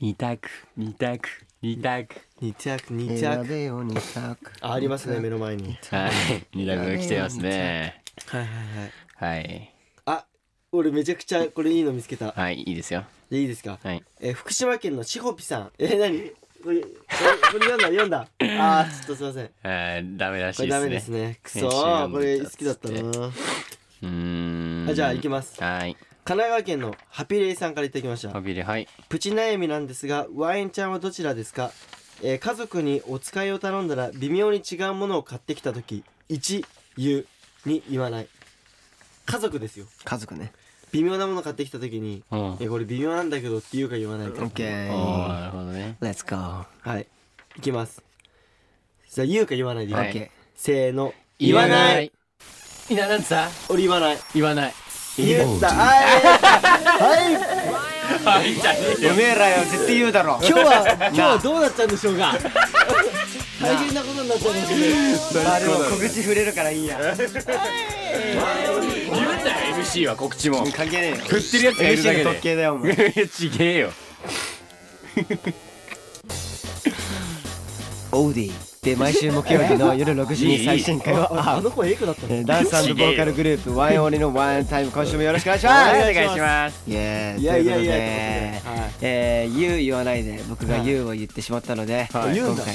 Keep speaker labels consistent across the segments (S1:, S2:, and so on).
S1: 二択二択二択
S2: 二着二
S3: 選
S2: 着
S3: べよ二択
S2: あありますね目の前に
S1: はい二択が来てますね
S2: はいはいはい
S1: はい
S2: あ俺めちゃくちゃこれいいの見つけた
S1: はいいいですよ
S2: でいいですか、
S1: はい
S2: えー福島県のしほぴさんえー、何これこれこれ読んだ読んだあーちょっとすいませんこ
S1: あーダメらし
S2: れ
S1: い
S2: ダメ
S1: で
S2: ですす
S1: ね
S2: ねくそ
S1: 編集読ん
S2: ー
S1: で
S2: これ好きだったな
S1: うーん
S2: あじゃあ行きます
S1: はい
S2: 神奈川県のハピレイさんからいただきました
S1: パビリはい
S2: プチ悩みなんですがワインちゃんはどちらですか、えー家族にお使いを頼んだら微妙に違うものを買ってきた時1言う2言わない家族ですよ
S3: 家族ね
S2: 微妙なもの買ってきた時に
S1: うん
S2: 「えこれ微妙なんだけど」って言うか言わないか、
S1: おー
S3: OK
S1: なるほどね
S3: Let's go
S2: はいいきますさあ言うか言わないでいい、
S1: はい
S3: OK
S2: せーの言わない
S1: いやなんつった
S2: 俺言わない
S1: 言わない
S2: 言ったあ
S3: おめえらよ絶対言う だろ
S2: ー今日は今日はどうなっちゃうんでしょうか大変なことになっちゃうんでしょうね
S3: まあでも小口触れるからいいや
S1: 言うんだよ MC は告知も
S3: 関係ね えよ
S1: 振ってるやつがいるだ
S3: MC
S1: け
S3: の特
S1: で
S3: 権だよお前
S1: ちげえよ
S3: オーディで毎週木曜日の夜6時に最新 回を
S2: ああの子エイクだったの
S3: えーダンスボーカルグル ープワンエンオンリーのワンエンタイム今週もよろしくお願いします
S1: はいお願いします
S3: イエーイ
S2: いやいやいや
S3: ということで
S2: はい
S3: えー言う言わないで僕が言うを言ってしまったので
S1: はい
S3: 今
S2: 言うんだ
S3: 回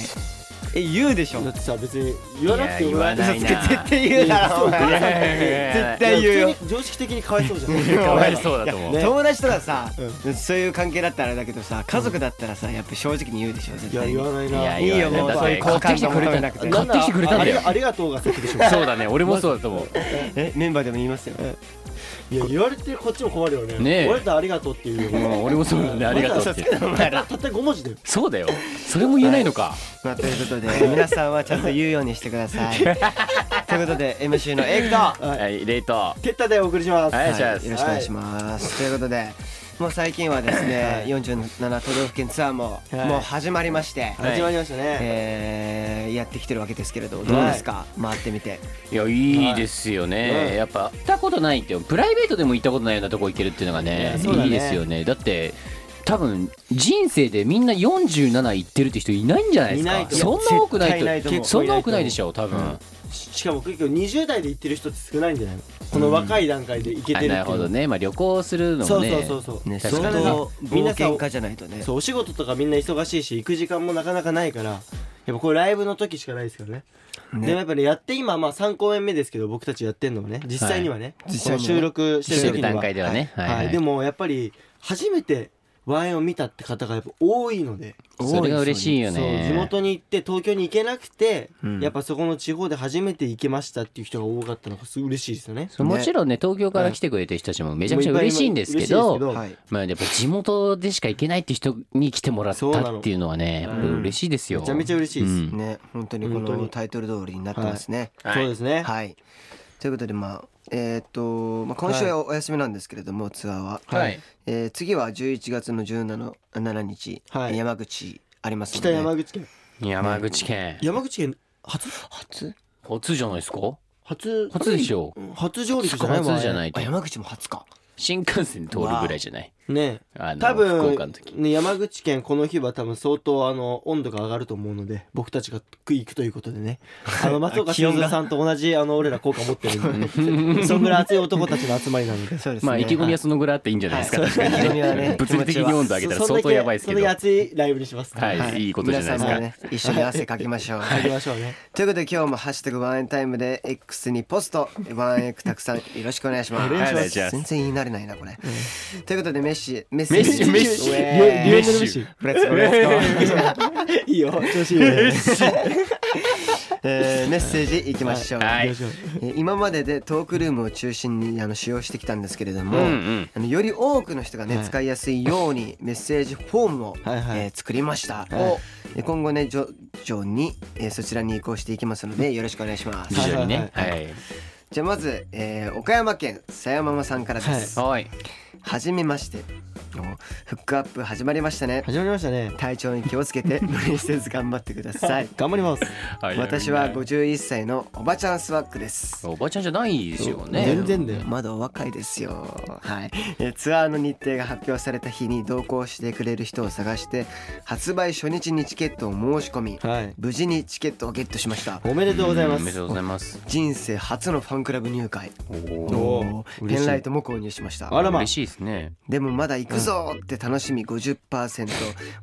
S3: え言うでしょ
S2: だってさ別に言わなくても
S1: いや言わない
S2: 嘘
S1: な
S2: つけ
S1: あ
S3: 絶対言うだろお
S1: い
S3: 前
S1: やいやいや
S3: 絶対言うよ
S2: 普通に常識的にかわ いそうじゃん
S1: かわいそうだと思う、
S2: ね
S3: 友達とかさ、そういう関係だったらあれだけどさ家族だったらさやっぱ正直に言うでしょ絶
S2: いや
S3: 対に
S2: 言わない
S1: い
S2: な
S1: や
S3: いいよ
S1: 言
S3: も
S1: わな
S3: う
S1: い
S3: そういう好感度
S1: 買ってきてくれ
S3: 求
S1: た
S3: めなくて
S1: 買ってきてくれたんだよ
S2: なんならありがありがとうが先でしょ
S1: そうだね俺もそうだと思う
S3: えメンバーでも言いますよ
S2: いや言われてこっちも困るよね
S1: ねえ
S2: 俺とありがとうっていうよ
S1: うん俺もそうだねありがとう って
S2: たった5文字だよ
S1: そうだよそれも言えないのか
S3: まあということで皆さんはちゃんと言うようにしてくださ いということで MC のエイクと
S2: はい
S1: はいレイト
S2: テッタでお送りします
S1: はい
S3: はい
S1: じゃあ
S3: よろしくお願いします、ということでもう最近はですね、47都道府県ツアーも、
S2: はい
S3: もう始まりまして、
S1: い
S2: 始まりましたね
S3: えーやってきてるわけですけれどどうですか、回ってみて
S1: いやいいですよね、
S2: うん
S1: やっぱ行ったことないってよプライベートでも行ったことないようなとこ行けるっていうのが
S2: い
S1: ね
S2: や
S1: い
S2: そうだね
S1: いですよねだって多分人生でみんな47行ってるって人いないんじゃないですか
S2: いないと
S1: そ
S3: 思うん
S1: な多くない
S3: 絶対
S1: と
S3: ないと思う
S1: そんな多くないでしょ多分、
S3: うん
S2: ししかも結構20代で行ってる人って少ないんじゃないのこの若い段階で行けてるっ
S1: あ
S2: ていう
S1: なるほどねまあ旅行するの
S2: そ
S1: も
S2: う
S1: ね
S2: そうそうそう
S3: ね
S1: 確
S3: 相
S1: かに
S3: 当
S2: みん
S3: 冒
S2: なさ
S3: 険家じゃないとね
S2: そうお仕事とかみんな忙しいし行く時間もなかなかないからやっぱこれライブの時しかないですからね
S3: ね
S2: でもやっぱりやって今まあ3公演目ですけど僕たちやってんのもね実際にはね、
S3: 実
S2: この
S3: 際には
S2: 収録してる時には
S1: 収録段階ではね
S2: はい
S1: はいはい
S2: はいでもやっぱり初めてワインを見たって方がやっぱ多いので、
S1: それが嬉しいよ
S2: そう
S1: ね
S2: 地元に行って東京に行けなくて、
S3: ん
S2: やっぱそこの地方で初めて行けましたっていう人が多かったのがすごい嬉しいですよね。
S1: そうもちろんね東京から来てくれてる人たちもめちゃくちゃ嬉しいんですけど、
S2: もういっぱい
S3: はいい
S1: まあ、やっぱ地元でしか行けないって人に来てもらっ
S2: そうな
S1: た
S2: の
S1: っていうのはねやっぱ嬉しいですよ、
S2: めちゃめちゃ嬉しいです
S1: うん
S3: ね本当にこ
S2: 本当
S3: の
S2: に
S3: タイトル通りになってますね
S2: いっぱいそうですね。
S3: はい、ということでまあえーっと、まあ、今週はお休みなんですけれども、ツアーは、
S1: はい
S3: えー次は11月の17 7日、
S2: はい
S3: 山口ありますの
S2: 北
S3: で
S2: 山口県
S1: 山口県
S2: 山口県初
S3: 初
S1: 初じゃないですか
S2: 初
S1: 初でしょう
S2: 初上陸じゃない
S1: 初じゃないと
S3: あ山口も初か
S1: 新幹線通るぐらいじゃない
S2: ね
S1: あの
S2: 多
S1: 福
S2: 分
S1: 岡の時
S2: ね山口県この日は多分相当あの温度が上がると思うので僕たちが行くということでねあの松岡修造さんと同じあの俺ら効果持ってるんで、ね、そんぐらい熱い男たちの集まりなので。
S3: そうですね
S1: まあ意気込みはそのぐらいあっていいんじゃないですか、確かに
S3: 意気込みはね
S1: 物理的に温度上げたら
S2: そ
S1: 相
S2: そんだ
S1: 当やばいですけど
S2: そん
S1: は
S2: だけ熱いライブにします、
S1: い、、
S3: はい
S1: いことじゃないですか、
S3: 皆様ね一緒に汗かきましょう、
S2: 行きましょうね
S3: ということで今日も「ハッシュタグワンエンタイム」で X にポストワンエクたくさんよろしくお願いします
S1: お願いしますはいお願いします
S3: 全然言い慣れないなこれ、ということでメッシメッシ
S1: メッシメッシ
S3: ウェ
S2: リオリオ
S3: ーイ
S2: ネルメッシ
S3: レッツゴーレッツゴー
S2: いいよ調子いいよね
S3: えーメッセージいきましょう、
S1: はい
S2: 行きましょう
S3: えー今まででトークルームを中心にあの使用してきたんですけれども、
S1: うんうん
S3: あのより多くの人がね、
S2: はい
S3: 使いやすいようにメッセージフォームを、
S2: はいはい
S3: えー作りました、
S2: お
S3: で今後ね徐々に、えーそちらに移行していきますのでよろしくお願いします、
S1: 非常にね
S2: は
S1: はいい
S3: じゃあまず、えー岡山県さやままさんからです、
S1: はい
S3: はじめましてのフックアップ始まりましたね
S2: 始まりましたね
S3: 体調に気をつけて無理せず頑張ってください
S2: 頑張ります
S3: 私は51歳のおばちゃんスワックです
S1: おばちゃんじゃないですよね
S2: 全然だよ
S3: まだお若いですよ、はいえーツアーの日程が発表された日に同行してくれる人を探して発売初日にチケットを申し込み
S2: はい
S3: 無事にチケットをゲットしました
S2: おめでとうございま
S1: おめですとうございます
S3: 人生初のファンクラブ入会
S2: お
S3: お
S2: ー
S3: ーペンライトも購入しました
S2: あらま
S1: 嬉しいですね
S3: でもまだ行くぞーって楽しみ50%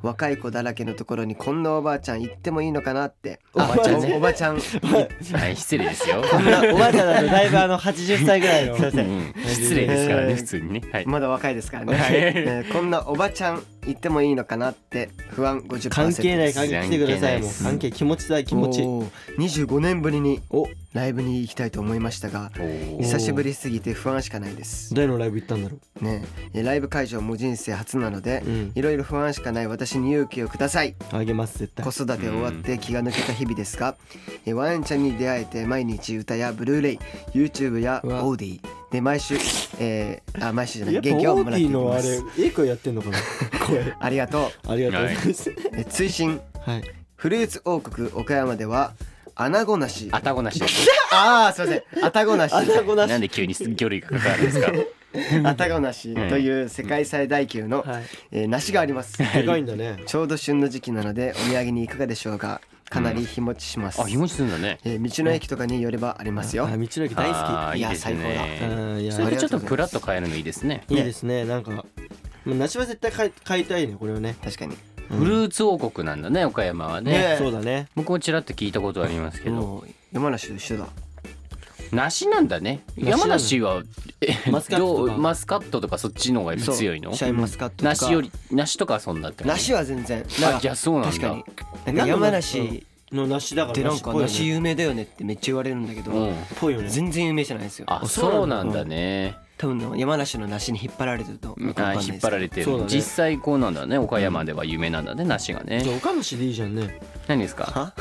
S3: 若い子だらけのところにこんなおばあちゃん行ってもいいのかなっておばちゃ
S2: おばあちゃん
S3: んおばちゃん
S1: はい失礼ですよ
S2: おばあちゃんだとだいぶあの80歳ぐらいの
S1: うん失礼ですからね普通にねはい
S3: まだ若いですからね、
S1: はい
S3: えーこんなおばちゃん行ってもいいのかなって不安50%
S2: 関係ない関係来てくださいもう
S1: 関
S2: 関係気持ちだい気持ち
S3: おー25年ぶりにライブに行きたいと思いましたが
S1: おー
S3: 久しぶりすぎて不安しかないです
S2: 誰のライブ行ったんだろ
S3: ねえーライブ会場も人生初なので
S2: ううん
S3: いろいろ不安しかない私に勇気をください
S2: あげます絶対
S3: 子育て終わって気が抜けた日々ですが、えーワンちゃんに出会えて毎日歌やブルーレイ YouTube や
S2: うわ
S3: オーディで毎週、えー、あ毎週じゃない
S2: やっぱ
S3: 元気を
S2: オ
S3: も
S2: ー
S3: ら
S2: デ
S3: っ
S2: ィの
S3: ていきま
S2: あれ
S3: す
S2: いい声やってんのかな声
S3: ありがと
S2: ありがとうございます
S3: う、えー追伸
S2: はい
S3: フルーツ王国岡山ではアナゴなし
S1: あたごなしです
S3: あーすいませんアタゴなし
S2: あだこな
S1: なん
S2: し
S1: で急に魚類がかかるんですか
S3: アタゴなしという世界最大級の、
S2: はい
S3: えー梨があります
S2: でかいんだね
S3: ちょうど旬の時期なのでお土産にいかがでしょうかかなり日持ちします、
S1: あ日持ちするんだね
S3: えー道の駅とかによればありますよ
S2: あ道の駅大好
S1: あーいいです
S3: いや
S2: き
S1: ね
S2: うんいや
S1: それでちょっとプラッと変えるのいいですね
S2: いいですねなんかもう梨は絶対買い買いたいねこれをね
S3: 確かに
S1: フルーツ王国なんだね岡山はね
S3: ねえ
S2: そうだね
S1: 僕もちらっと聞いたことありますけど
S3: もう山梨と一緒だ
S1: 梨なんだね
S2: 梨なの
S1: 山梨はえ
S2: マスカットとか
S1: どうマスカットとかそっちの方がやっぱ強いの
S3: シャインマスカットとか
S1: 梨より梨とかはそんなって感じ
S3: 梨は全然
S1: あじゃあそうなんだ
S3: 確かになんか山梨
S2: の梨だから
S3: ってなん
S2: 梨っ
S3: か
S2: ぽいよ
S3: 梨
S2: ね
S3: 有名だよねってめっちゃ言われるんだけど、
S1: うん
S2: ぽいよね
S3: 全然有名じゃないですよ
S1: あそうなんだね
S3: 多分ね山梨の梨に引っ張られてるとよくわかん
S1: あ
S3: ないです
S1: 引っ張られて
S2: そうだ
S1: る
S2: ね
S1: 実際こうなんだね岡山では有名なんだね梨が
S2: じゃ
S1: ね
S2: あ岡梨でいいじゃんね
S1: 何ですか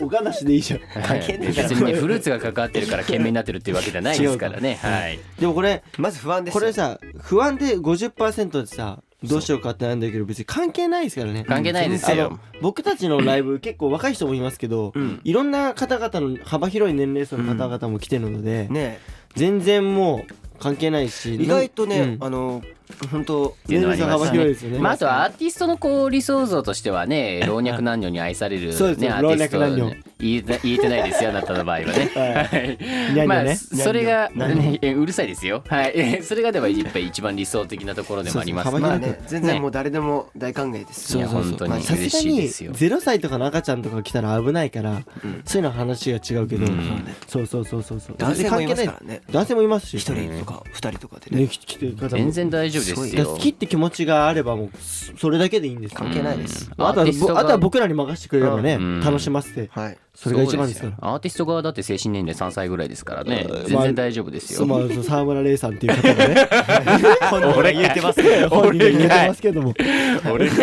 S2: お岡梨でいいじゃん
S1: はい
S3: 係ねえ
S1: 別
S3: から
S1: にねフルーツが関わってるから懸命になってるっていうわけじゃないですからねはい
S2: でもこれ
S3: まず不安です
S2: こ
S3: よ
S2: れさ不安で50%でさどうしようかってなんだけど別に関係ないですからね
S1: 関係ないです
S2: あ
S1: よ
S2: の僕たちのライブ結構若い人もいますけど、
S3: ん
S2: いろんな方々の幅広い年齢層の方々も来てるので、
S3: ね
S2: 全然もう関係ないし
S3: 意外とね、
S2: うん
S3: あの本当
S1: ていう
S2: 年
S1: のはありますね
S2: 齢層幅広いですよね、
S1: まあ、あとはアーティストのこう理想像としてはね老若男女に愛される、ね、
S2: そうですね
S1: アーティスト
S2: 老若男女
S1: ね言えた言えてないですよあなたの場合はね。はい
S2: にゃん に
S1: ま
S2: ゃんね
S1: あそれが、
S2: にゃんにゃん
S1: ね、えうるさいですよ。はい えそれがではやっぱり一番理想的なところでもあります
S2: そうそう
S3: まあ
S1: ね。
S3: ね全然もう誰でも大歓迎です
S1: いや本当に
S3: まあ
S2: さ
S1: 嬉
S2: す
S1: し
S2: が
S1: い
S2: に
S1: ですよ。
S2: 0歳とかの赤ちゃんとか来たら危ないから、
S3: うん
S2: そういうのは話が違うけど、
S1: うん
S2: そうそうそうそうそう
S3: 男性もいますか
S2: 関
S3: らね
S2: 係ない男性もいますし
S3: 一人とか二人とかでね
S2: ね来来てる方も
S1: 全然大丈夫ですよ。
S2: だから好きって気持ちがあればもうそそれだけでいいんです
S3: 関係ないです
S1: うん
S2: あと
S1: ア
S2: は
S1: ーティスト
S2: ぼ
S1: が
S2: あとは僕らに任せてくれればね、
S1: うん
S2: 楽しませて
S3: はい
S2: それが一番ですから
S1: そうよアーティスト側だって精神年齢3歳ぐらいですからね
S2: うん
S1: 全然大丈夫です
S2: そ
S1: よ。
S2: うまあその沢村玲さんっていう方がね本人が言ってますけど 本人が
S1: 俺かい
S2: 言ってますけども
S1: 俺か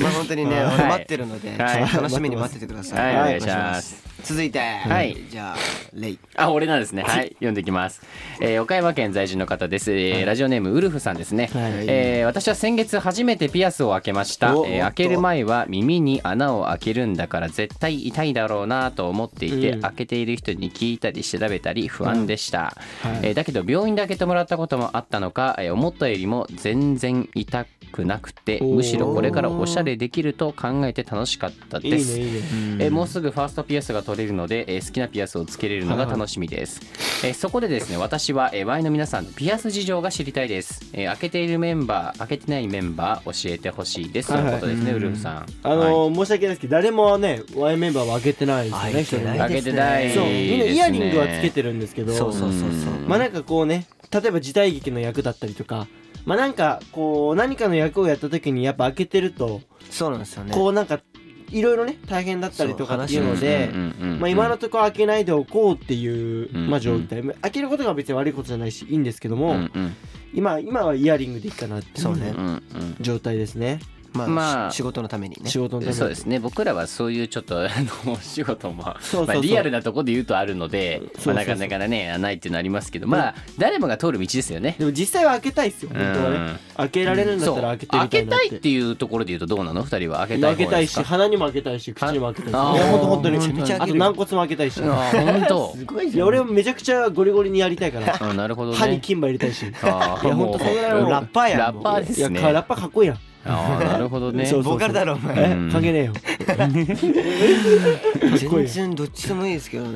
S3: まあ本当にね、
S1: はい
S3: 待ってるので、
S1: はい
S3: 楽しみに待っててください。
S1: はいお願いします。
S3: 続いて、はいじゃあレイ。
S1: あ、俺なんですね。はい、読んでいきます。えー岡山県在住の方です。えーラジオネームウルフさんですね。
S2: はい
S1: えー私は先月初めてピアスを開けました。
S3: お
S1: えー
S3: おっと
S1: 開ける前は耳に穴を開けるんだから絶対痛いだろうなと思っていて、
S2: うん
S1: 開けている人に聞いたり調べたり不安でした。
S2: うんはい
S1: えーだけど病院で開けてもらったこともあったのか、えー思ったよりも全然痛くなくて、
S2: おー
S1: むしろこれからおしゃれできると考えて楽しかった
S2: いいね
S1: で
S2: い
S1: す。
S2: いね
S1: えーもうすぐファーストピアスが取れるので、えー好きなピアスをつけれるのが楽しみです、えーそこでですね私は、えー、ワイの皆さんのピアス事情が知りたいです、えー開けているメンバー開けてないメンバー教えてほしいです、
S2: はい
S1: ということですねウルフさん
S2: あ
S1: はい
S2: のー申し訳ないですけど誰もねワインメンバーは開けてないですよね
S3: 開けてない
S1: 開けてない
S2: 一人もそうみんなイヤリングはつけ
S1: る
S2: てるんですけど
S3: そうそうそうそう。
S1: うん
S2: まあなんかこうね例えば時代劇の役だったりとかまあなんかこう何かの役をやった時にやっぱ開けてると
S3: そうなんですよね。
S2: こうなんかいろいろね大変だったりとかっていうので
S1: うんうんうんうん
S2: まあ、今のところ開けないでおこうっていう、
S1: うん
S2: まあ、状態、まあ開けることが別に悪いことじゃないしいいんですけど
S1: う
S2: も、
S1: んうん
S2: 今今はイヤリングでいいかなってい
S3: そうね
S1: うんうん
S2: 状態ですね
S3: まあ、
S1: まあ
S3: し仕事のためにね
S2: 仕事のために
S1: そうですね僕らはそういうちょっとあのお仕事も
S2: そうそうそう
S1: まあ、リアルなとこで言うとあるので
S2: そうそうそう
S1: まあ、なかなかねないっていうのありますけどまあ誰もが通る道ですよね。
S2: でも実際は開けたいっすよ本当は
S1: うん
S2: ね開けられるんだっ
S1: そう
S2: たら開けてみ
S1: 開
S2: た
S1: け
S2: いな
S1: た
S2: っ
S1: い
S2: て
S1: っていうところで言うとどうなの二人は開けたい
S2: 開
S1: 方
S2: けたい
S1: です
S2: し
S1: か
S2: 鼻にも開けたいし口にも開けたいしい
S1: あー
S2: や本当本当に
S1: めちゃめちゃ
S2: あ
S3: 開け
S2: と
S3: るよ
S2: 軟骨も開けたいしい
S1: あ本 当
S3: すごいじ
S2: や
S3: ゃん
S2: 俺もめちゃくちゃゴリゴリにやりたいから
S1: あなるほどね。
S2: 歯に金歯入れたいし
S1: あ
S2: いや
S1: もう
S2: ほんとそれぐらいのラッパーやん
S1: ラッパーで
S2: い
S1: す
S2: や
S1: ね。
S2: かラッパかっこいいやん
S1: あーなるほどね。
S2: そう
S3: ボーカルだろお前
S2: え
S1: うん
S2: 関係ねえよっこいい
S3: 全然どっちでもいいですけどね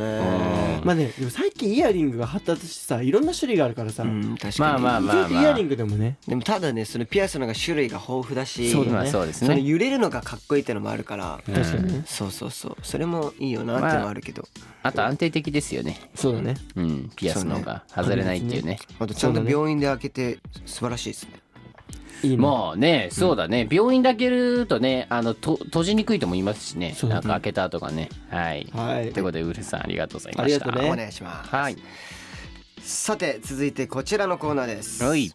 S1: うん
S2: まあねでも最近イヤリングが発達してさいろんな種類があるからさ
S3: う
S2: 意
S3: ん確かに
S1: まあまあまあ
S2: 外とイヤリングでもね
S3: でもただねそのピアスのが種類が豊富だし
S2: そうだね
S1: まあそうです
S3: その
S1: ね。
S3: 揺れるのがかっこいいってのもあるから、
S1: うん確かに
S3: そうそうそうそれもいいよなってのもあるけど、
S1: あと安定的ですよね。
S2: そうだね
S1: うん、ピアスの方が外れないっていうね。
S3: あ、とちゃんと病院で開けて素晴らしいですね
S2: いいね
S1: もうね、そうだね、病院だけるとね、あのと閉じにくいとも言いますしね、
S2: そう
S1: なんか開けたとかね。はい。
S2: はい
S1: ということで、ウルフさん、ありがとうございました。
S2: ありがとうね
S3: お願いします、
S1: はい。
S3: さて続いてこちらのコーナーです
S1: はい。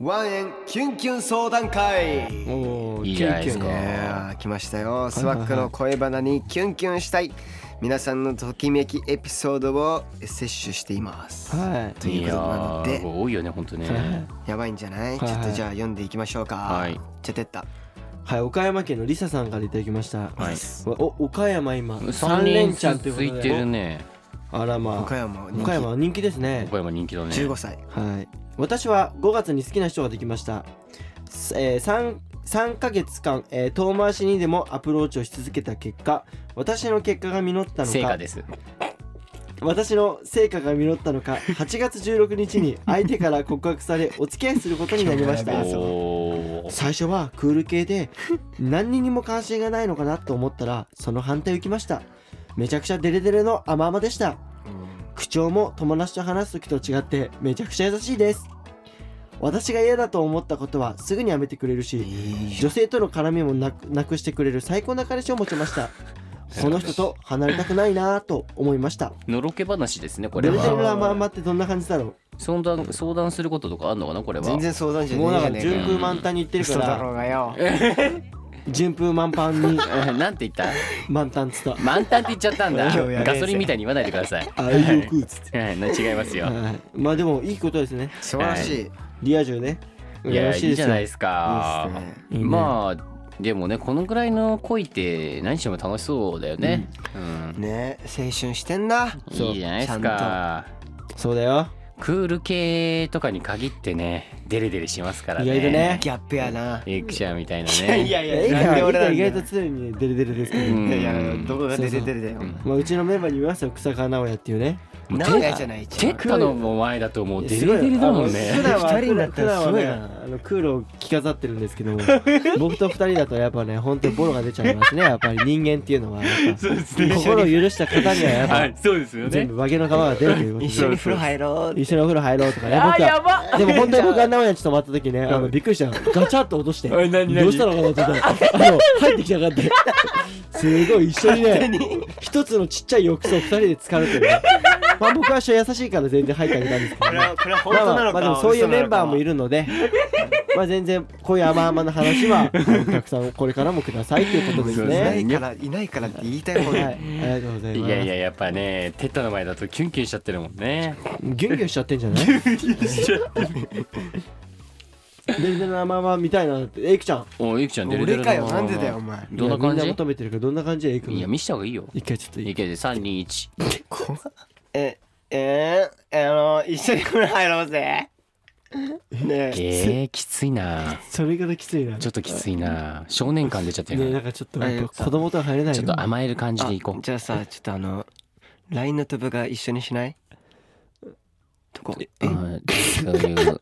S3: ワンエンキュンキュン相談会
S2: おー
S1: いいじゃないですか
S2: キュンキュンね
S3: ねえ来ましたよスワックの恋バナにキュンキュンしたい皆さんのときめきエピソードを摂取しています
S2: はい
S3: ということなの
S1: いや
S3: で
S1: ー多いよね、本当ね。
S3: やばいんじゃない、
S2: はいはい
S3: ちょっとじゃあ読んでいきましょうか
S1: はい
S3: じゃあてった
S2: はい岡山県のリサさんからいただきました
S1: はい。
S2: お岡山今
S1: 三
S2: 3
S1: 連
S2: 連
S1: チ
S2: チ
S1: ャ
S2: ャ
S1: ン
S2: ン
S1: つ
S2: という
S1: い
S2: こと
S1: てる
S2: で
S1: ね。
S2: あらま
S3: 岡
S2: あ
S3: 山人気
S2: 岡山は人気ですね
S1: 岡山人気だね。
S3: 15歳
S2: はい私は5月に好きな人ができました、すえー、3, 3ヶ月間、えー遠回しにでもアプローチをし続けた結果私の結果が実ったの
S1: 成果
S2: か
S1: です。
S2: 私の成果が実ったのか8月16日に相手から告 白されお付き合いすることになりまし
S3: いや
S2: た
S3: べえぞ
S1: おー
S2: 最初はクール系で何にも関心がないのかなと思ったらその反対を行きましためちゃくちゃデレデレの甘々でした口調も友達と話す時と違ってめちゃくちゃ優しいです私が嫌だと思ったことはすぐにやめてくれる
S3: い
S2: し
S3: いじゃ
S2: 女性との絡みもなくなくしてくれる最高な彼氏を持ちましたこの人と離れたくないなぁと思いました
S1: のろけ話ですね、これ
S2: デル
S1: は
S2: デ。ルラマンマってどんな感じだろ
S1: 相談相談することとかあんのかなこれ
S3: ん
S1: は
S3: 全然相談じ
S2: う
S3: ゃ
S2: もうなんか
S3: ねえじゃ
S1: 十分
S3: ね
S2: 順風満タンに言って
S3: え
S2: るか
S3: 嘘だろ
S2: ら
S3: うがよ
S2: 順風満帆に
S1: え なんて言った
S2: 満タンっつった
S1: 満タンって言っちゃったんだ
S3: いやいや
S1: ガソリンみたいに言わないでください
S2: 愛欲っつって
S1: はいな違いますよ
S2: はいまあでもいいことですね
S3: 素晴らしい、いい
S2: リア充ね
S1: いや
S2: 羨まし
S1: いい
S2: で
S1: じゃ
S2: すよ
S1: ないですか
S3: っすね
S2: いいね
S1: まあでもねこのぐらいの恋って何しても楽しそうだよねうん
S3: ねえ青春してんな
S1: うんいいじゃないです
S3: ちゃ
S1: か
S2: そうだよ
S1: クール系とかに限ってねデレデレしますから
S2: 意外とね
S1: ね
S3: んとギャップやな
S1: エクシャーみたいない
S3: や
S1: ね
S3: いやいや
S2: えい
S3: なんで俺
S2: や
S3: なん
S2: 意
S3: だよ
S2: 外と常にデレデレですけど
S1: うん
S3: いやいやどこが出て出てだよ
S1: うん
S2: まあ、うちのメンバーに言いますよ草川直哉っていうね
S1: もう
S3: 長いじゃない一
S1: テ
S3: 番
S1: ッタのも前だともうデレデレだもん
S2: すごい
S1: ね
S2: あの普段は
S3: 二人になったらすごいな
S2: 普段はねあのクールを着飾ってるんですけど も僕と二人だとやっぱね本当にボロが出ちゃいますねやっぱり人間っていうのはやっぱ
S1: うです
S2: 心を許した方にはやっぱ、
S1: はいそうですよ
S2: 全
S1: ね
S2: 部化けの皮が出るということで
S3: 一緒に風呂入ろう
S2: 一緒にお風呂入ろうとかね僕は
S1: ば
S2: でも本当に僕が直哉ちょっと待った 時ねあのびっくりしたのガチャッと落としてど
S1: お
S2: う
S1: い何何
S2: したのかなって言ったらあの入ってきたかってすごい一緒 にね一つのちっちゃい浴槽二人で浸かるっていうねまあ僕は一緒優しいから全然入ってあげたんですけど、ね、
S3: これは本
S2: まあまあ、まあでもそういうメンバーもい
S3: る
S2: るので、まあ全然こういう甘々な話 は、お客さんこれからもくださいということです
S1: そうで
S3: い
S1: す
S3: な
S1: ね
S2: ね。
S3: いからいないからって言いたい方
S2: はい、
S3: が
S2: ありがとうございます。
S1: いやいややっぱねテッタの前だとキュンキュンしちゃってるもんね
S2: ギュンギュンしちゃってんじゃないギュンギュンしちゃってる。全然甘々みたいなのって、エイクちゃん。
S1: おいゆきちゃん出る出
S3: 俺
S1: る
S3: かよなんでだよお前
S1: どんな感
S2: いやみんな
S1: じ
S2: 求めてるからどんな感じでエイク
S1: いや
S2: の
S1: 見した方がいいよ
S2: 一回ちょっとい
S1: い
S2: い
S1: けで321
S3: 怖っええー、あの一緒に風呂入ろ うぜねえ
S1: えー、きついな
S2: それからきついな。
S1: ちょっときついな少年感出ちゃって
S2: ねな
S1: る
S2: んかちょっとやっぱ子供とは入れない
S1: ちょ
S2: よ
S1: っと甘える感じでいこ
S3: あじゃあさちょっとあの LINE の飛ぶが一緒にしないとこ
S1: ううんそういう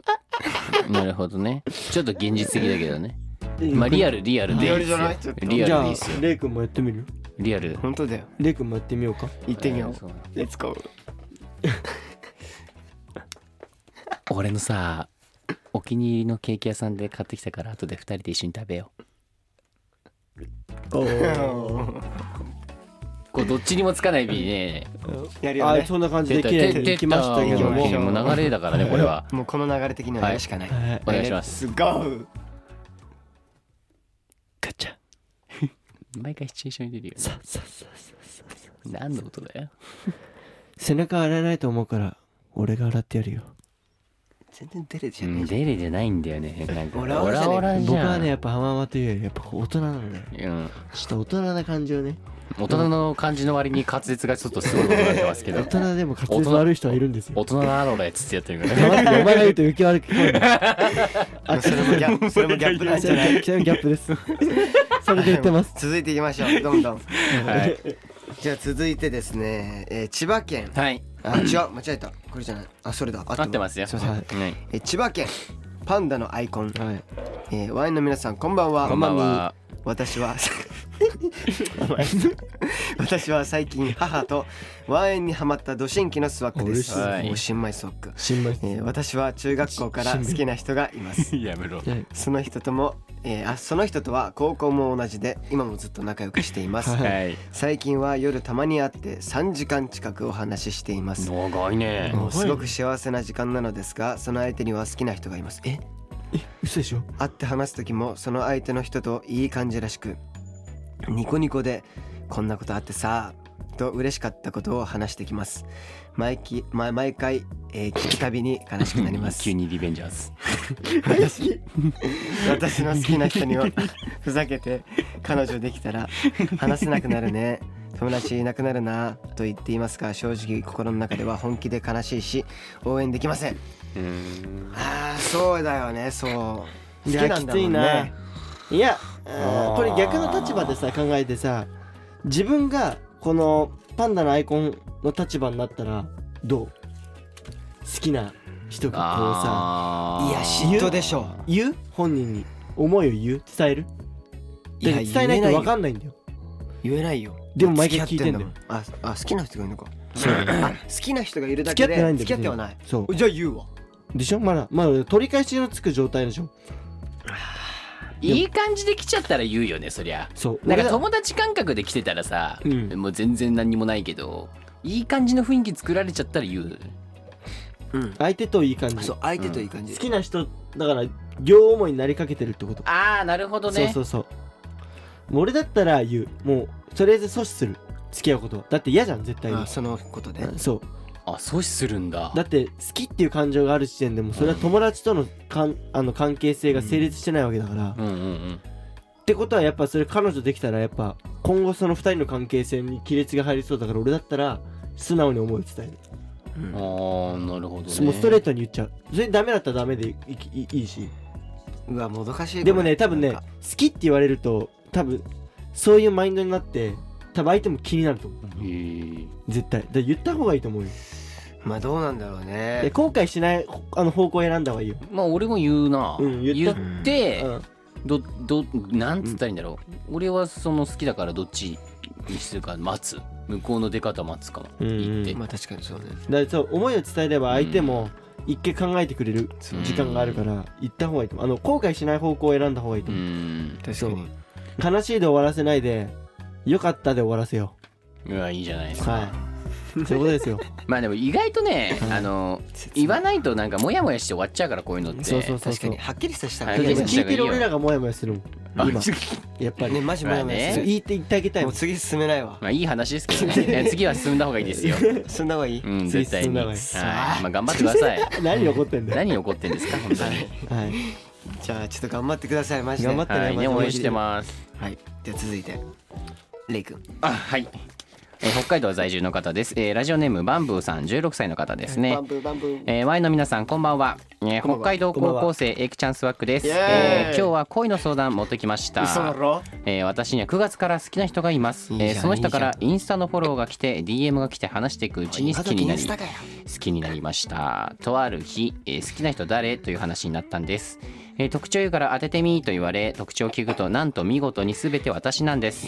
S1: なるほどねちょっと現実的だけどねまあリアルリアルでいいですよ
S3: リアルじゃないちょっと
S1: リ
S2: じ
S1: アルでい
S2: ゃ
S1: いっすよ
S2: あ、レイ君もやってみる
S1: リアル
S3: 本当だよ
S2: レイ君もやってみようか。
S3: 行ってみよ
S1: えーそうう
S3: レッツゴー
S1: 俺のさお気に入りのケーキ屋さんで買ってきたから後で二人で一緒に食べよう
S2: おー
S1: こうどっちにもつかないビね
S3: やるよ
S2: あ
S3: ね
S2: そんな感じ
S1: 出
S2: で
S1: た
S2: 綺麗に
S1: 出
S2: できましたけども
S3: 出た
S1: もう流れだからねこれは
S3: もうこの流れ的にはやるしかない、
S2: はい
S1: お願いします
S3: すごい
S1: 毎回シチュエーションに出るよね
S2: ささささささ
S1: 何の音だよ
S2: 背中洗えないと思うから俺が洗ってやるよ
S3: 全然出れ
S1: う
S3: てない
S1: ん
S3: じゃん
S1: デレじゃないんだよねなんか
S3: オラオラじゃねえか
S1: オラオラじゃん
S2: 僕はねやっぱ浜マというよりやっぱこう大人なんだよ
S1: うん
S2: ちょっと大人な感じをね
S1: 大人の感じの割に滑舌がちょっとすごいことになってますけ
S2: 大
S1: ど
S2: 人でも滑舌悪い人はいるんですよ
S1: 大人なのだよっつってやってるからね
S2: 黙ってお前が言うと受け悪く聞こ える
S3: まあそれもギャップそれもギャップなんじゃない
S2: それギャップです それで言ってます
S3: 続いていきましょうどんどん
S1: はい
S3: じゃあ続いてですね、えー千葉県
S1: はい
S3: あ違う間違えたこれじゃないあそれだ
S1: 合ってますよ
S3: すいません、
S2: はい
S1: はい
S3: えー千葉県パンダのアイコン、
S2: はい
S3: えーワインの皆さんこんばんは
S1: こんばんは
S3: マミー私は 私は最近母とワインにハマったドシンキのスワックです
S1: おいしい
S3: お新米スワック、
S2: 新米
S3: えー私は中学校から好きな人がいます
S1: やめろ
S2: はい
S3: その人とも、えーあその人とは高校も同じで今もずっと仲良くしています、
S2: はい
S1: はい
S3: 最近は夜たまに会って3時間近くお話ししています
S1: 長いね
S3: もうすごく幸せな時間なのですがその相手には好きな人がいますえ
S2: 嘘でしょ
S3: 会って話す時もその相手の人といい感じらしくニコニコで「こんなことあってさ」と嬉しかったことを話してきます毎期ま毎回、えー聞くたびに悲しくなりま す
S1: 急にリベンジャーズ
S3: 私私の好きな人にはふざけて彼女できたら話せなくなるね友達いなくなるなと言っていますが正直心の中では本気で悲しいし応援できません
S1: うん
S3: あーそうだよねそう
S2: いやきついないや
S1: あー
S2: これ逆の立場でさ考えてさ自分がこのパンダのアイコンの立場になったらどう好きな人がこうさ
S1: あー
S3: いや嫉妬でしょ
S2: 言う本人に思いを言う伝える
S3: いや
S2: で伝えないと分か
S3: ん
S2: んないんだよ
S3: 言えないよ
S2: でも毎回聞いてんだよ
S3: 付き合ってんだもんああ好きな人がいるのかあ好きな人がいるだ
S2: 付
S3: け
S2: き合っ
S3: で
S2: てないんだ
S3: 付き合ってはない
S2: そ
S3: じゃあ言うわ
S2: うでしょまだまだ取り返しのつく状態でしょ
S1: いい感じで来ちゃったら言うよねそりゃ
S2: そう
S1: なんか
S2: 俺が
S1: 友達感覚で来てたらさ、
S2: うん
S1: もう全然何にもないけどいい感じの雰囲気作られちゃったら言う
S3: うん
S2: 相手といい感じ
S3: そう
S2: 好
S3: 相手といい感じ
S2: きな人だから両思いになりかけてるってこと
S1: ああなるほど
S2: そう
S1: ね
S2: そうそうもう俺だったら言うもうとりあえず阻止する付き合うことはだって嫌じゃん絶対に
S3: あそのことで
S2: そう
S1: あ阻止するんだ
S2: だって好きっていう感情がある時点でもうそれは友達とのかんあの関係性が成立してないわけだから、
S1: うんうんうん
S2: ってことはやっぱそれ彼女できたらやっぱ今後その2人の関係性に亀裂が入りそうだから俺だったら素直に思いを伝える、
S3: うん
S1: ああなるほどね
S2: もうストレートに言っちゃうそれダメだったらダメでいいいいいし
S3: うわもどかしい
S2: でもね
S3: これ
S2: 多分ね
S3: な
S2: 好
S3: んか
S2: きって言われると多分そういうマインドになって多分相手も気になると思う
S1: へー
S2: 絶対だから言った方がいいと思うよ
S3: まあどうなんだろう
S2: で
S3: ね
S2: 後悔しないほあの方向を選んだ方がいいよ
S1: まあ俺も言うな、
S2: うん言った
S1: て、
S2: うん
S1: どどなんつったらいいんだろう、俺はその好きだからどっちにするか待つ向こうの出方待つかも、
S2: うんうん
S1: 言って、
S3: まあ確かにそうね
S2: だからそう思いを伝えれば相手も一回考えてくれる
S3: そう
S2: 時間があるから言った方がいいと思うあの後悔しない方向を選んだ方がいいと
S1: う
S2: 思うん
S3: 確
S2: か
S3: か
S2: に
S3: に
S2: 悲しいで終わらせないで良かったで終わらせよ
S1: うわいいじゃないで
S2: う
S1: すか、
S2: はいそういうことです よ
S1: まあでも意外とね、
S2: はい
S1: あの言わないとなんかモヤモヤして終わっちゃうからこういうのって
S2: そうそうそう
S3: 確か
S2: そう
S3: にはっきりさせた
S1: は
S3: ら
S1: い
S2: だって
S1: はっきり
S2: 聞いてる俺らがモヤモヤするもん
S1: あ
S2: 今
S1: 次
S2: やっぱり
S3: ねマジもやも
S1: まあ
S3: や
S1: ね
S2: そう
S3: す
S2: 言って言ってあげた
S3: る
S2: い
S3: も
S2: も
S3: うん次進め ない わ
S1: まあいい話ですけどねいや次は進んだ方がいいですよ
S3: 進んだ方がいい
S1: うん
S2: 次
S1: 絶対
S2: 進ん
S1: に、
S2: だ
S1: はい
S2: 方がいい
S1: まあ、頑張ってください
S2: 何怒ってんだよ
S1: 何に怒ってんですか本当に
S2: はい
S3: じゃあちょっと頑張ってくださいマジで
S2: 頑張ってね
S1: はい
S2: マジ
S1: ね
S2: で
S1: 応援してます
S3: はいじゃあ続いてレイ君
S1: あはいえー北海道在住の方です、えーラジオネームバンブーさん16歳の方ですね
S3: バンブーバンブー
S1: えー、ワインの皆さんこんばんは、えー
S3: こんばんは
S1: 北海道高校生エキちゃんスワックです、
S3: イエーイ
S1: えー今日は恋の相談持ってきました
S3: 嘘だろ
S1: えー私には9月から好きな人がいます
S3: いいじゃん
S1: えーその人からインスタのフォローが来て DM が来て話していくうちに好きになり
S3: 今時インスタかよ
S1: 好きになりましたとある日、えー好きな人誰という話になったんです、えー特徴言うから当ててみーと言われ特徴を聞くとなんと見事に全て私なんです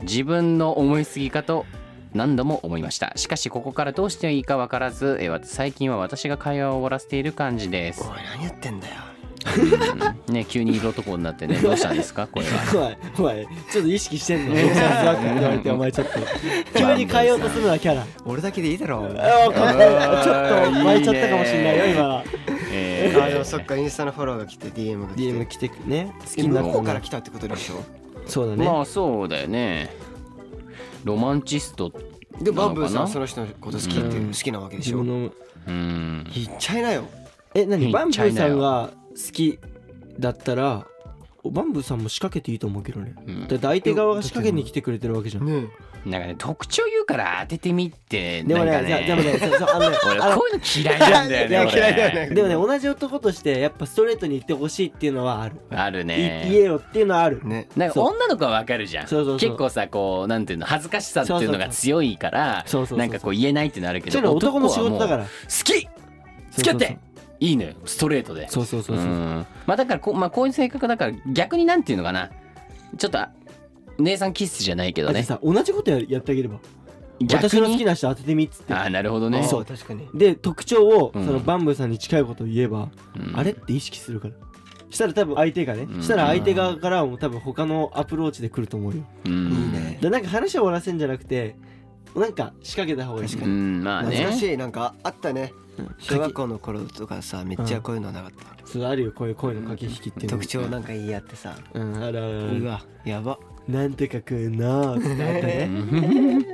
S1: 自分の思いすぎかと何度も思いましたしかしここからどうしていいか分からず、えーわ最近は私が会話を終わらせている感じです
S3: おい何やってんだよ
S1: うんね急に色男になってねどうしたんですかこれは
S2: 怖い怖いちょっと意識してん のチャンスワークって言われてお前ちょっ と急に変えようとするなキャラ
S3: 俺だけでいいだろうあ
S2: あーちょっと巻いちゃったかもしんないよ
S1: いいね
S2: 今
S1: えー
S3: でもそっかインスタのフォローが来て DM が来て
S2: DM 来てくね好き
S3: 今
S2: にな
S3: 向
S2: っ
S3: こ
S2: た
S3: うか
S2: な
S3: ら来たってことでしょ
S2: そうだね、
S1: まあそうだよねロマンチスト
S3: でバンブー
S1: なの
S3: さ
S1: かなん
S3: その人のこと好きって、
S2: うん
S3: 好きなわけでし
S2: 自
S3: ょ
S2: 分の
S1: うん
S3: 言っちゃいなよ
S2: え何
S1: いっ
S2: バンブ
S1: ちゃい
S2: ー
S1: な
S2: さ
S1: よ
S2: んが好きだったらおバンブーさんも仕掛けていいと思うけどね、
S1: うん
S2: だって相手側が仕掛けに来てくれてるわけじゃん、
S3: ね
S1: なんかね特徴言うから当ててみって
S2: で
S1: な
S2: も
S1: んか
S2: ねじゃ
S1: ね
S2: あでもねそうそうあ のね
S1: 俺
S2: あの
S1: こういうの嫌いなん だよ
S3: いや
S1: ね俺
S3: 嫌いだよね
S2: でもね同じ男としてやっぱストレートに言ってほしいっていうのはある、
S1: ある
S2: い言
S1: ね
S2: えよっていうのはある、
S3: ね
S1: なんか
S2: そう
S1: 女の子はわかるじゃん
S2: そうそうそう
S1: 結構さこうなんていうの恥ずかしさっていうのが強いから
S2: そうそうそうそう
S1: なんかこう言えないってなるけ
S2: そういう
S1: ど
S2: の男の仕事だ
S1: 男は
S2: か
S1: もう
S2: ら
S1: 好き付き合っていいのよストレートで
S2: そうそうそうそうそうそうそうそう
S1: うんまあだからこう,、まあ、こういう性格だから逆になんていうのかなちょっとあ姉さんキスじゃないけど
S2: だって
S1: ね
S2: さ同じことややってあげれば
S1: 逆に
S2: 私の好きな人当ててみっつって
S1: ああなるほどね
S2: そう
S3: 確かに
S2: で特徴を
S1: う
S2: そ
S1: ん
S2: のバンブーさんに近いことを言えば、
S1: うん
S2: あれって意識するからしたら多分相手がね、
S1: うん
S2: したら相手側からも多分他のアプローチで来ると思うよ
S1: うん
S3: いいね
S2: でなんか話を終わらせんじゃなくてなんか仕掛けた方がいい
S3: 確
S1: う
S3: か
S1: んまあね
S3: 懐かしいなんかあったね
S2: うん
S3: 小学校の頃とかさめっちゃこういうのなかった、
S2: そうあるよこういう声の駆け引きっていうの
S3: 特徴なんか言い合ってさ、
S2: うんあるあ
S3: う
S2: るある
S3: わやば
S2: なんて書くのってなった
S1: う
S2: ね
S1: ん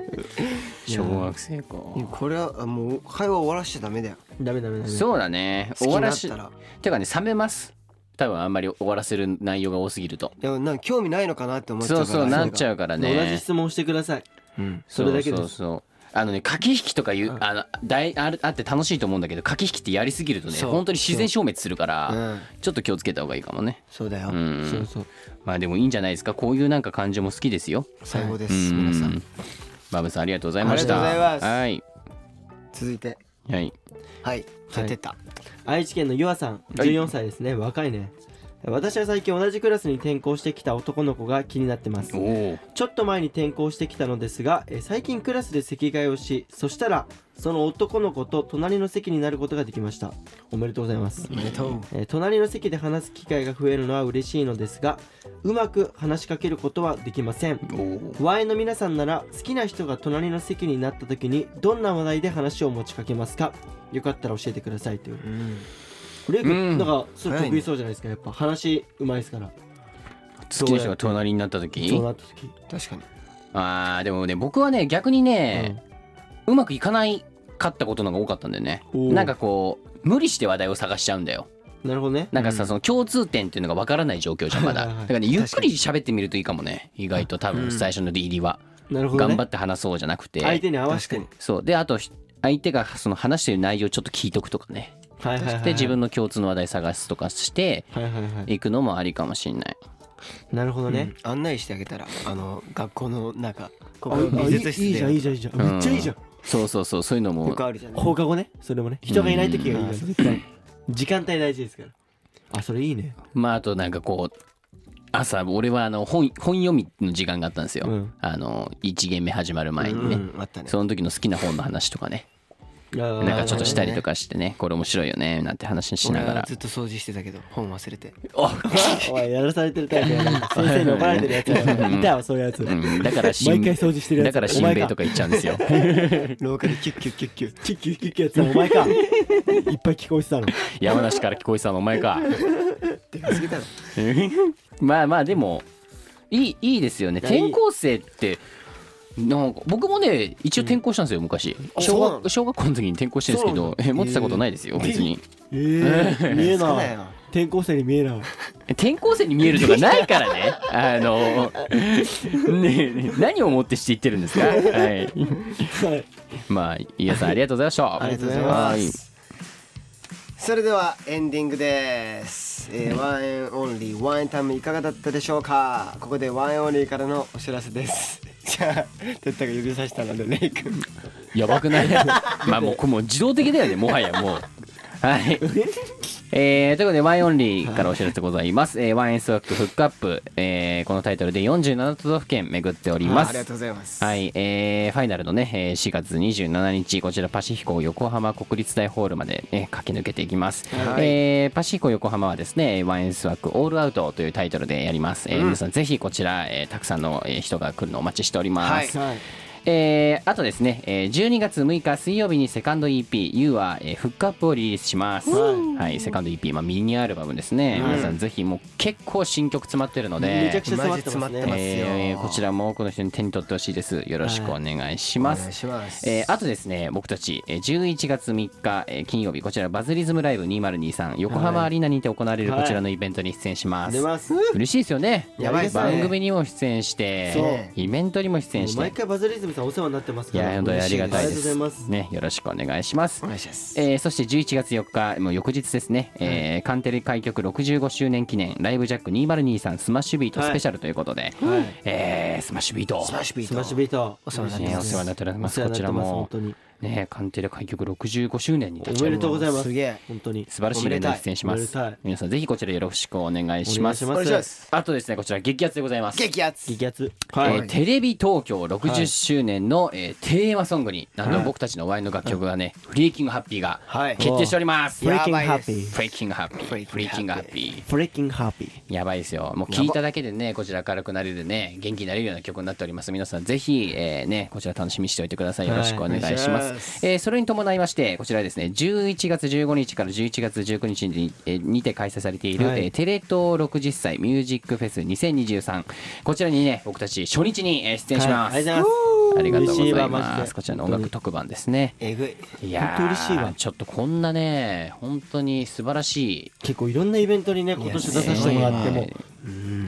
S1: 小学生か
S3: これはもう会話終わらしちゃダメだよ
S2: ダメダメダメ
S1: そうだね
S3: 好き
S1: 終わ
S3: にな
S1: ら
S3: っ
S1: した
S3: ら
S1: てかね冷めます多分あんまり終わらせる内容が多すぎると
S3: でもなんか興味ないのかなって思っちゃう
S1: そ
S3: か
S1: うそ
S3: ら
S1: うなっちゃうからね
S2: 同じ質問をしてください
S3: うん
S2: それだけ
S1: そう
S2: です
S1: そうそうあのね駆け引きとかいう、
S2: うん
S1: あのだいあるあって楽しいと思うんだけど駆け引きってやりすぎるとね
S3: そう
S1: 本当に自然消滅するから、
S3: うん
S1: ちょっと気をつけた方がいいかもね
S3: そうだよ、
S1: うん
S2: そうそう
S1: まあでもいいんじゃないですかこういうなんか感情も好きですよ
S3: 最後です、
S1: うん
S3: 皆さん
S1: バブさんありがとうございました
S3: ありがとうござ
S1: い
S3: 続いて
S1: はいはい
S3: はいやってった、
S2: 愛知県のゆあさん
S1: はい
S2: 14歳ですね若いね私は最近同じクラスに転校してきた男の子が気になってます
S1: おお
S2: ちょっと前に転校してきたのですが、えー最近クラスで席替えをしそしたらその男の子と隣の席になることができましたおめでとうございます
S3: おめでとう
S2: えー隣の席で話す機会が増えるのは嬉しいのですがうまく話しかけることはできません
S1: おお
S2: ワイの皆さんなら好きな人が隣の席になった時にどんな話題で話を持ちかけますかよかったら教えてくださいという
S3: うん
S2: レイ君、
S1: うん
S2: なんかそれ
S3: 早いね
S2: 得意そうじゃないですかやっぱ話うまいですから
S1: 好きな人が隣になった時
S2: そうなった時
S3: 確かに
S1: あーでもね僕はね逆にね、うまくいかないかったことの方が多かったんだよね
S2: おー
S1: なんかこう無理して話題を探しちゃうんだよ
S2: なるほどね
S1: なんかさ、
S3: うん
S1: その共通点っていうのがわからない状況じゃんまだ
S2: はい
S1: だ
S2: はいはい
S1: からねゆっくり喋ってみるといいかもね意外と多
S3: う
S1: 分
S3: ん
S1: 最初のリーディは、
S2: なるほどね
S1: 頑張って話そうじゃなくて、
S2: 相手に合わせ
S3: 確か
S2: て
S3: に
S1: そうであとひ相手がその話してる内容ちょっと聞いとくとかね
S2: はいはいはいはい
S1: で自分の共通の話題探すとかして
S2: はいはいはい
S1: いくのもありかもしんない
S2: なるほどね、
S3: うん案内してあげたらあの学校のなんかこ
S2: あ
S3: こ美術
S2: いいいい
S3: 室
S2: じゃん
S3: で
S2: い
S3: よ
S2: いじゃんいいじゃ
S1: う
S2: ん
S1: ん
S2: めっちゃいいじゃん
S1: そうそうそうそういうのも
S3: くあるじゃん
S2: 放課後ねそれもね人がいない時がいいから
S3: うん
S2: 絶対時間帯大事ですからあそれいいね
S1: まああとなんかこう朝俺はあの本本読みの時間があったんですよ、
S2: うん
S1: あの1限目始まる前
S3: う
S1: にね、
S3: んあったね
S1: その時の好きな本の話とかね
S2: な
S1: なんかちょっとしたりとかしてねこれ面白いよねなんて話しなが
S3: 俺は
S1: ら
S3: ずっと掃除してたけど本忘れて
S2: おいやらされてるタイプやな先生に怒られてるやつやな
S1: うん
S2: いたわそういうやつ
S1: うんだからしん
S2: 毎回掃除してるや
S1: だ
S2: つ
S1: から新兵とか言っちゃうんですよ
S3: 廊下でキュッキュッキュッキュッ
S2: キュッキュッキュッキュッやってたのお前かいっぱい聞こえてたの
S1: 山梨から聞こえてたのお前か
S3: でかすぎだろ
S1: まあまあでもいいいいですよね
S2: いやいい
S1: 転校生ってなんか僕もね一応転校したんですよ昔
S3: あ
S1: 小
S3: そうな
S1: 学
S3: の
S1: 小学校の時に転校してるんですけどえ持ってたことないですよ別に
S2: えー、見え
S3: そう
S2: な
S3: だ
S2: い
S3: よ
S2: 転校生に見えない
S1: 転校生に見えるとかないからね あの ねね何をもってして言ってるんですかはい
S2: はい
S1: まあ飯田さんありがとうございました
S2: ありがとうござい
S1: は
S2: ま
S1: い
S3: それではエンディングです、えーワンエンオンリーワンエンタイムいかがだったでしょうかここでワンエンオンリーからのお知らせですじゃあてったが指さしたのでレイ君
S1: やばくない まあもうこれもう自動的だよねもはやもうはいえー、ということで、ワインオンリーからお知らせでございます。えー、ワインスワックフックアップ、えー、このタイトルで47都道府県巡っておりま
S3: ありが
S1: す
S3: とう。ございます
S1: はい、えー、ファイナルのね、えー4月27日、こちらパシフィコ横浜国立大ホールまで、ね、駆け抜けていきます。
S3: はい
S1: えーパシフィコ横浜はですね、ワインスワックオールアウトというタイトルでやります。えー皆さんぜひこちら、えーたくさんのえー人が来るのをお待ちしております。
S3: はい
S2: はい
S1: えーあとですね、えー12月6日水曜日にセカンド EP「You は、えーフックアップをリリースします、
S2: はい
S1: はい、セカンド EP、まあ、ミニアルバムですね、
S3: うん
S1: 皆さんぜひもう結構新曲詰まってるので
S2: めちゃくちゃ詰まってます
S3: マジ
S2: ね
S3: 詰まってます
S1: えーこちらも多くの人に手に取ってほしいですよろしくお願いします、
S3: します
S1: えーあとですね僕たちえー11月3日、えー金曜日こちらバズリズムライブ2023横浜アリーナにて行われる
S2: はい
S1: こちらのイベントに出演します、
S2: 出ます
S1: 嬉しいですよね
S3: やばいですね
S1: 番組にも出演して
S3: そう
S1: イベントにも出演し
S2: 毎
S1: て
S2: 回バズリズムさんお世話になってます
S1: い
S2: から
S1: や本当にありがたいで
S2: 嬉し
S1: す
S2: いですありがとうございます
S1: ねよろしくお願いします
S3: お願いします
S1: えーそして11月4日もう翌日ですね、えーカンテレ開局65周年記念ライブジャック2023スマッシュビートスペシャルということで、
S2: はい
S1: えースマッシュビート
S3: スマッシュビー
S2: ス
S3: ト
S2: マッシュビート
S3: お世話になって
S1: ね、
S3: ま
S1: お
S3: す
S1: 世話になっております
S2: お世話
S1: こ
S2: になっ
S1: ち
S2: て
S1: ら
S2: ます
S1: も
S2: 本当に
S1: ねカンテレ開局65周年に立ち
S2: おめでとうございます
S3: すげえ
S2: 本当に
S1: 素晴らしいイベントに出演しま
S2: おめですたい
S1: 皆さんぜひこちらよろしくお願いします
S2: お願いし
S3: ます
S1: あとですねこちら激アツでございます
S3: 激アツ
S2: 激アツ
S1: えーテレビ東京60周年の、えーテーマソングになんと僕たちのワインの楽曲がね、フリーキングハッピーが
S3: はい
S1: 決定しております、
S2: フリ
S3: や
S2: ーキング
S3: ばい
S2: ハ
S3: で
S2: ッ
S3: す
S2: ピー
S1: フリーキングハッピーフリーキングハッピ
S2: フリーキングハッピー
S1: ーやばいですよもう聞いただけでねこちら明るくなれるね元気になれるような曲になっております皆さんぜひ、えーねこちら楽しみにしておいてくださいよろしくお願いします,、
S3: はいお願いします
S1: えーそれに伴いましてこちらですね11月15日から11月19日に,、えーにて開催されている、
S2: はい
S1: えーテレ東60歳ミュージックフェス2023こちらにね僕たち初日に、えー出演します、
S2: はいありがとうござ
S1: あ
S2: います
S1: りがとうござい
S2: 嬉しいわマ
S1: ま
S2: ジ
S1: す。
S2: で
S1: こちらの音楽特番ですね。
S3: えぐい
S1: いや
S2: 本当嬉しいわ
S1: ーちょっとこんなね、本当に素晴らしい、
S2: 結構いろんなイベントにね今年出させてもらっても
S1: ね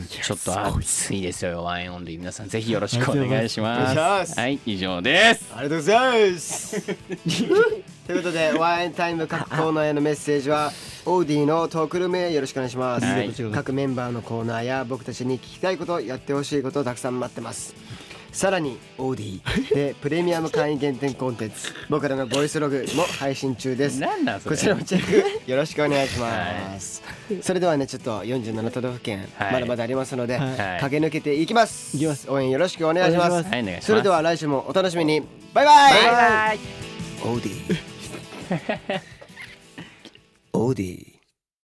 S1: ちょっと熱いですよ、ワインオンリー。皆さんぜひよろしくお願いしま
S3: お願いします
S1: す。はい、以上です。
S3: ありがとうございます ということでワインタイム各コーナーへのメッセージはオーディのトークルームへよろしくお願いします、
S1: はい
S3: 各メンバーのコーナーや僕たちに聞きたいことやってほしいことをたくさん待ってますさらにオーディでプレミアム会員限定コンテンツ僕らのボイスログも配信中です
S1: なんだそれ
S3: こちらもチェックよろしくお願いします、それではねちょっと47都道府県、
S1: はい
S3: まだまだありますので、
S2: はい
S1: はい
S3: 駆け抜けていきます
S2: いきます
S3: 応援よろしくお願いします
S2: お願いします
S1: はいお願いします
S3: それでは来週もお楽しみにバイバイ
S1: バイバイ。
S3: オーディオーディ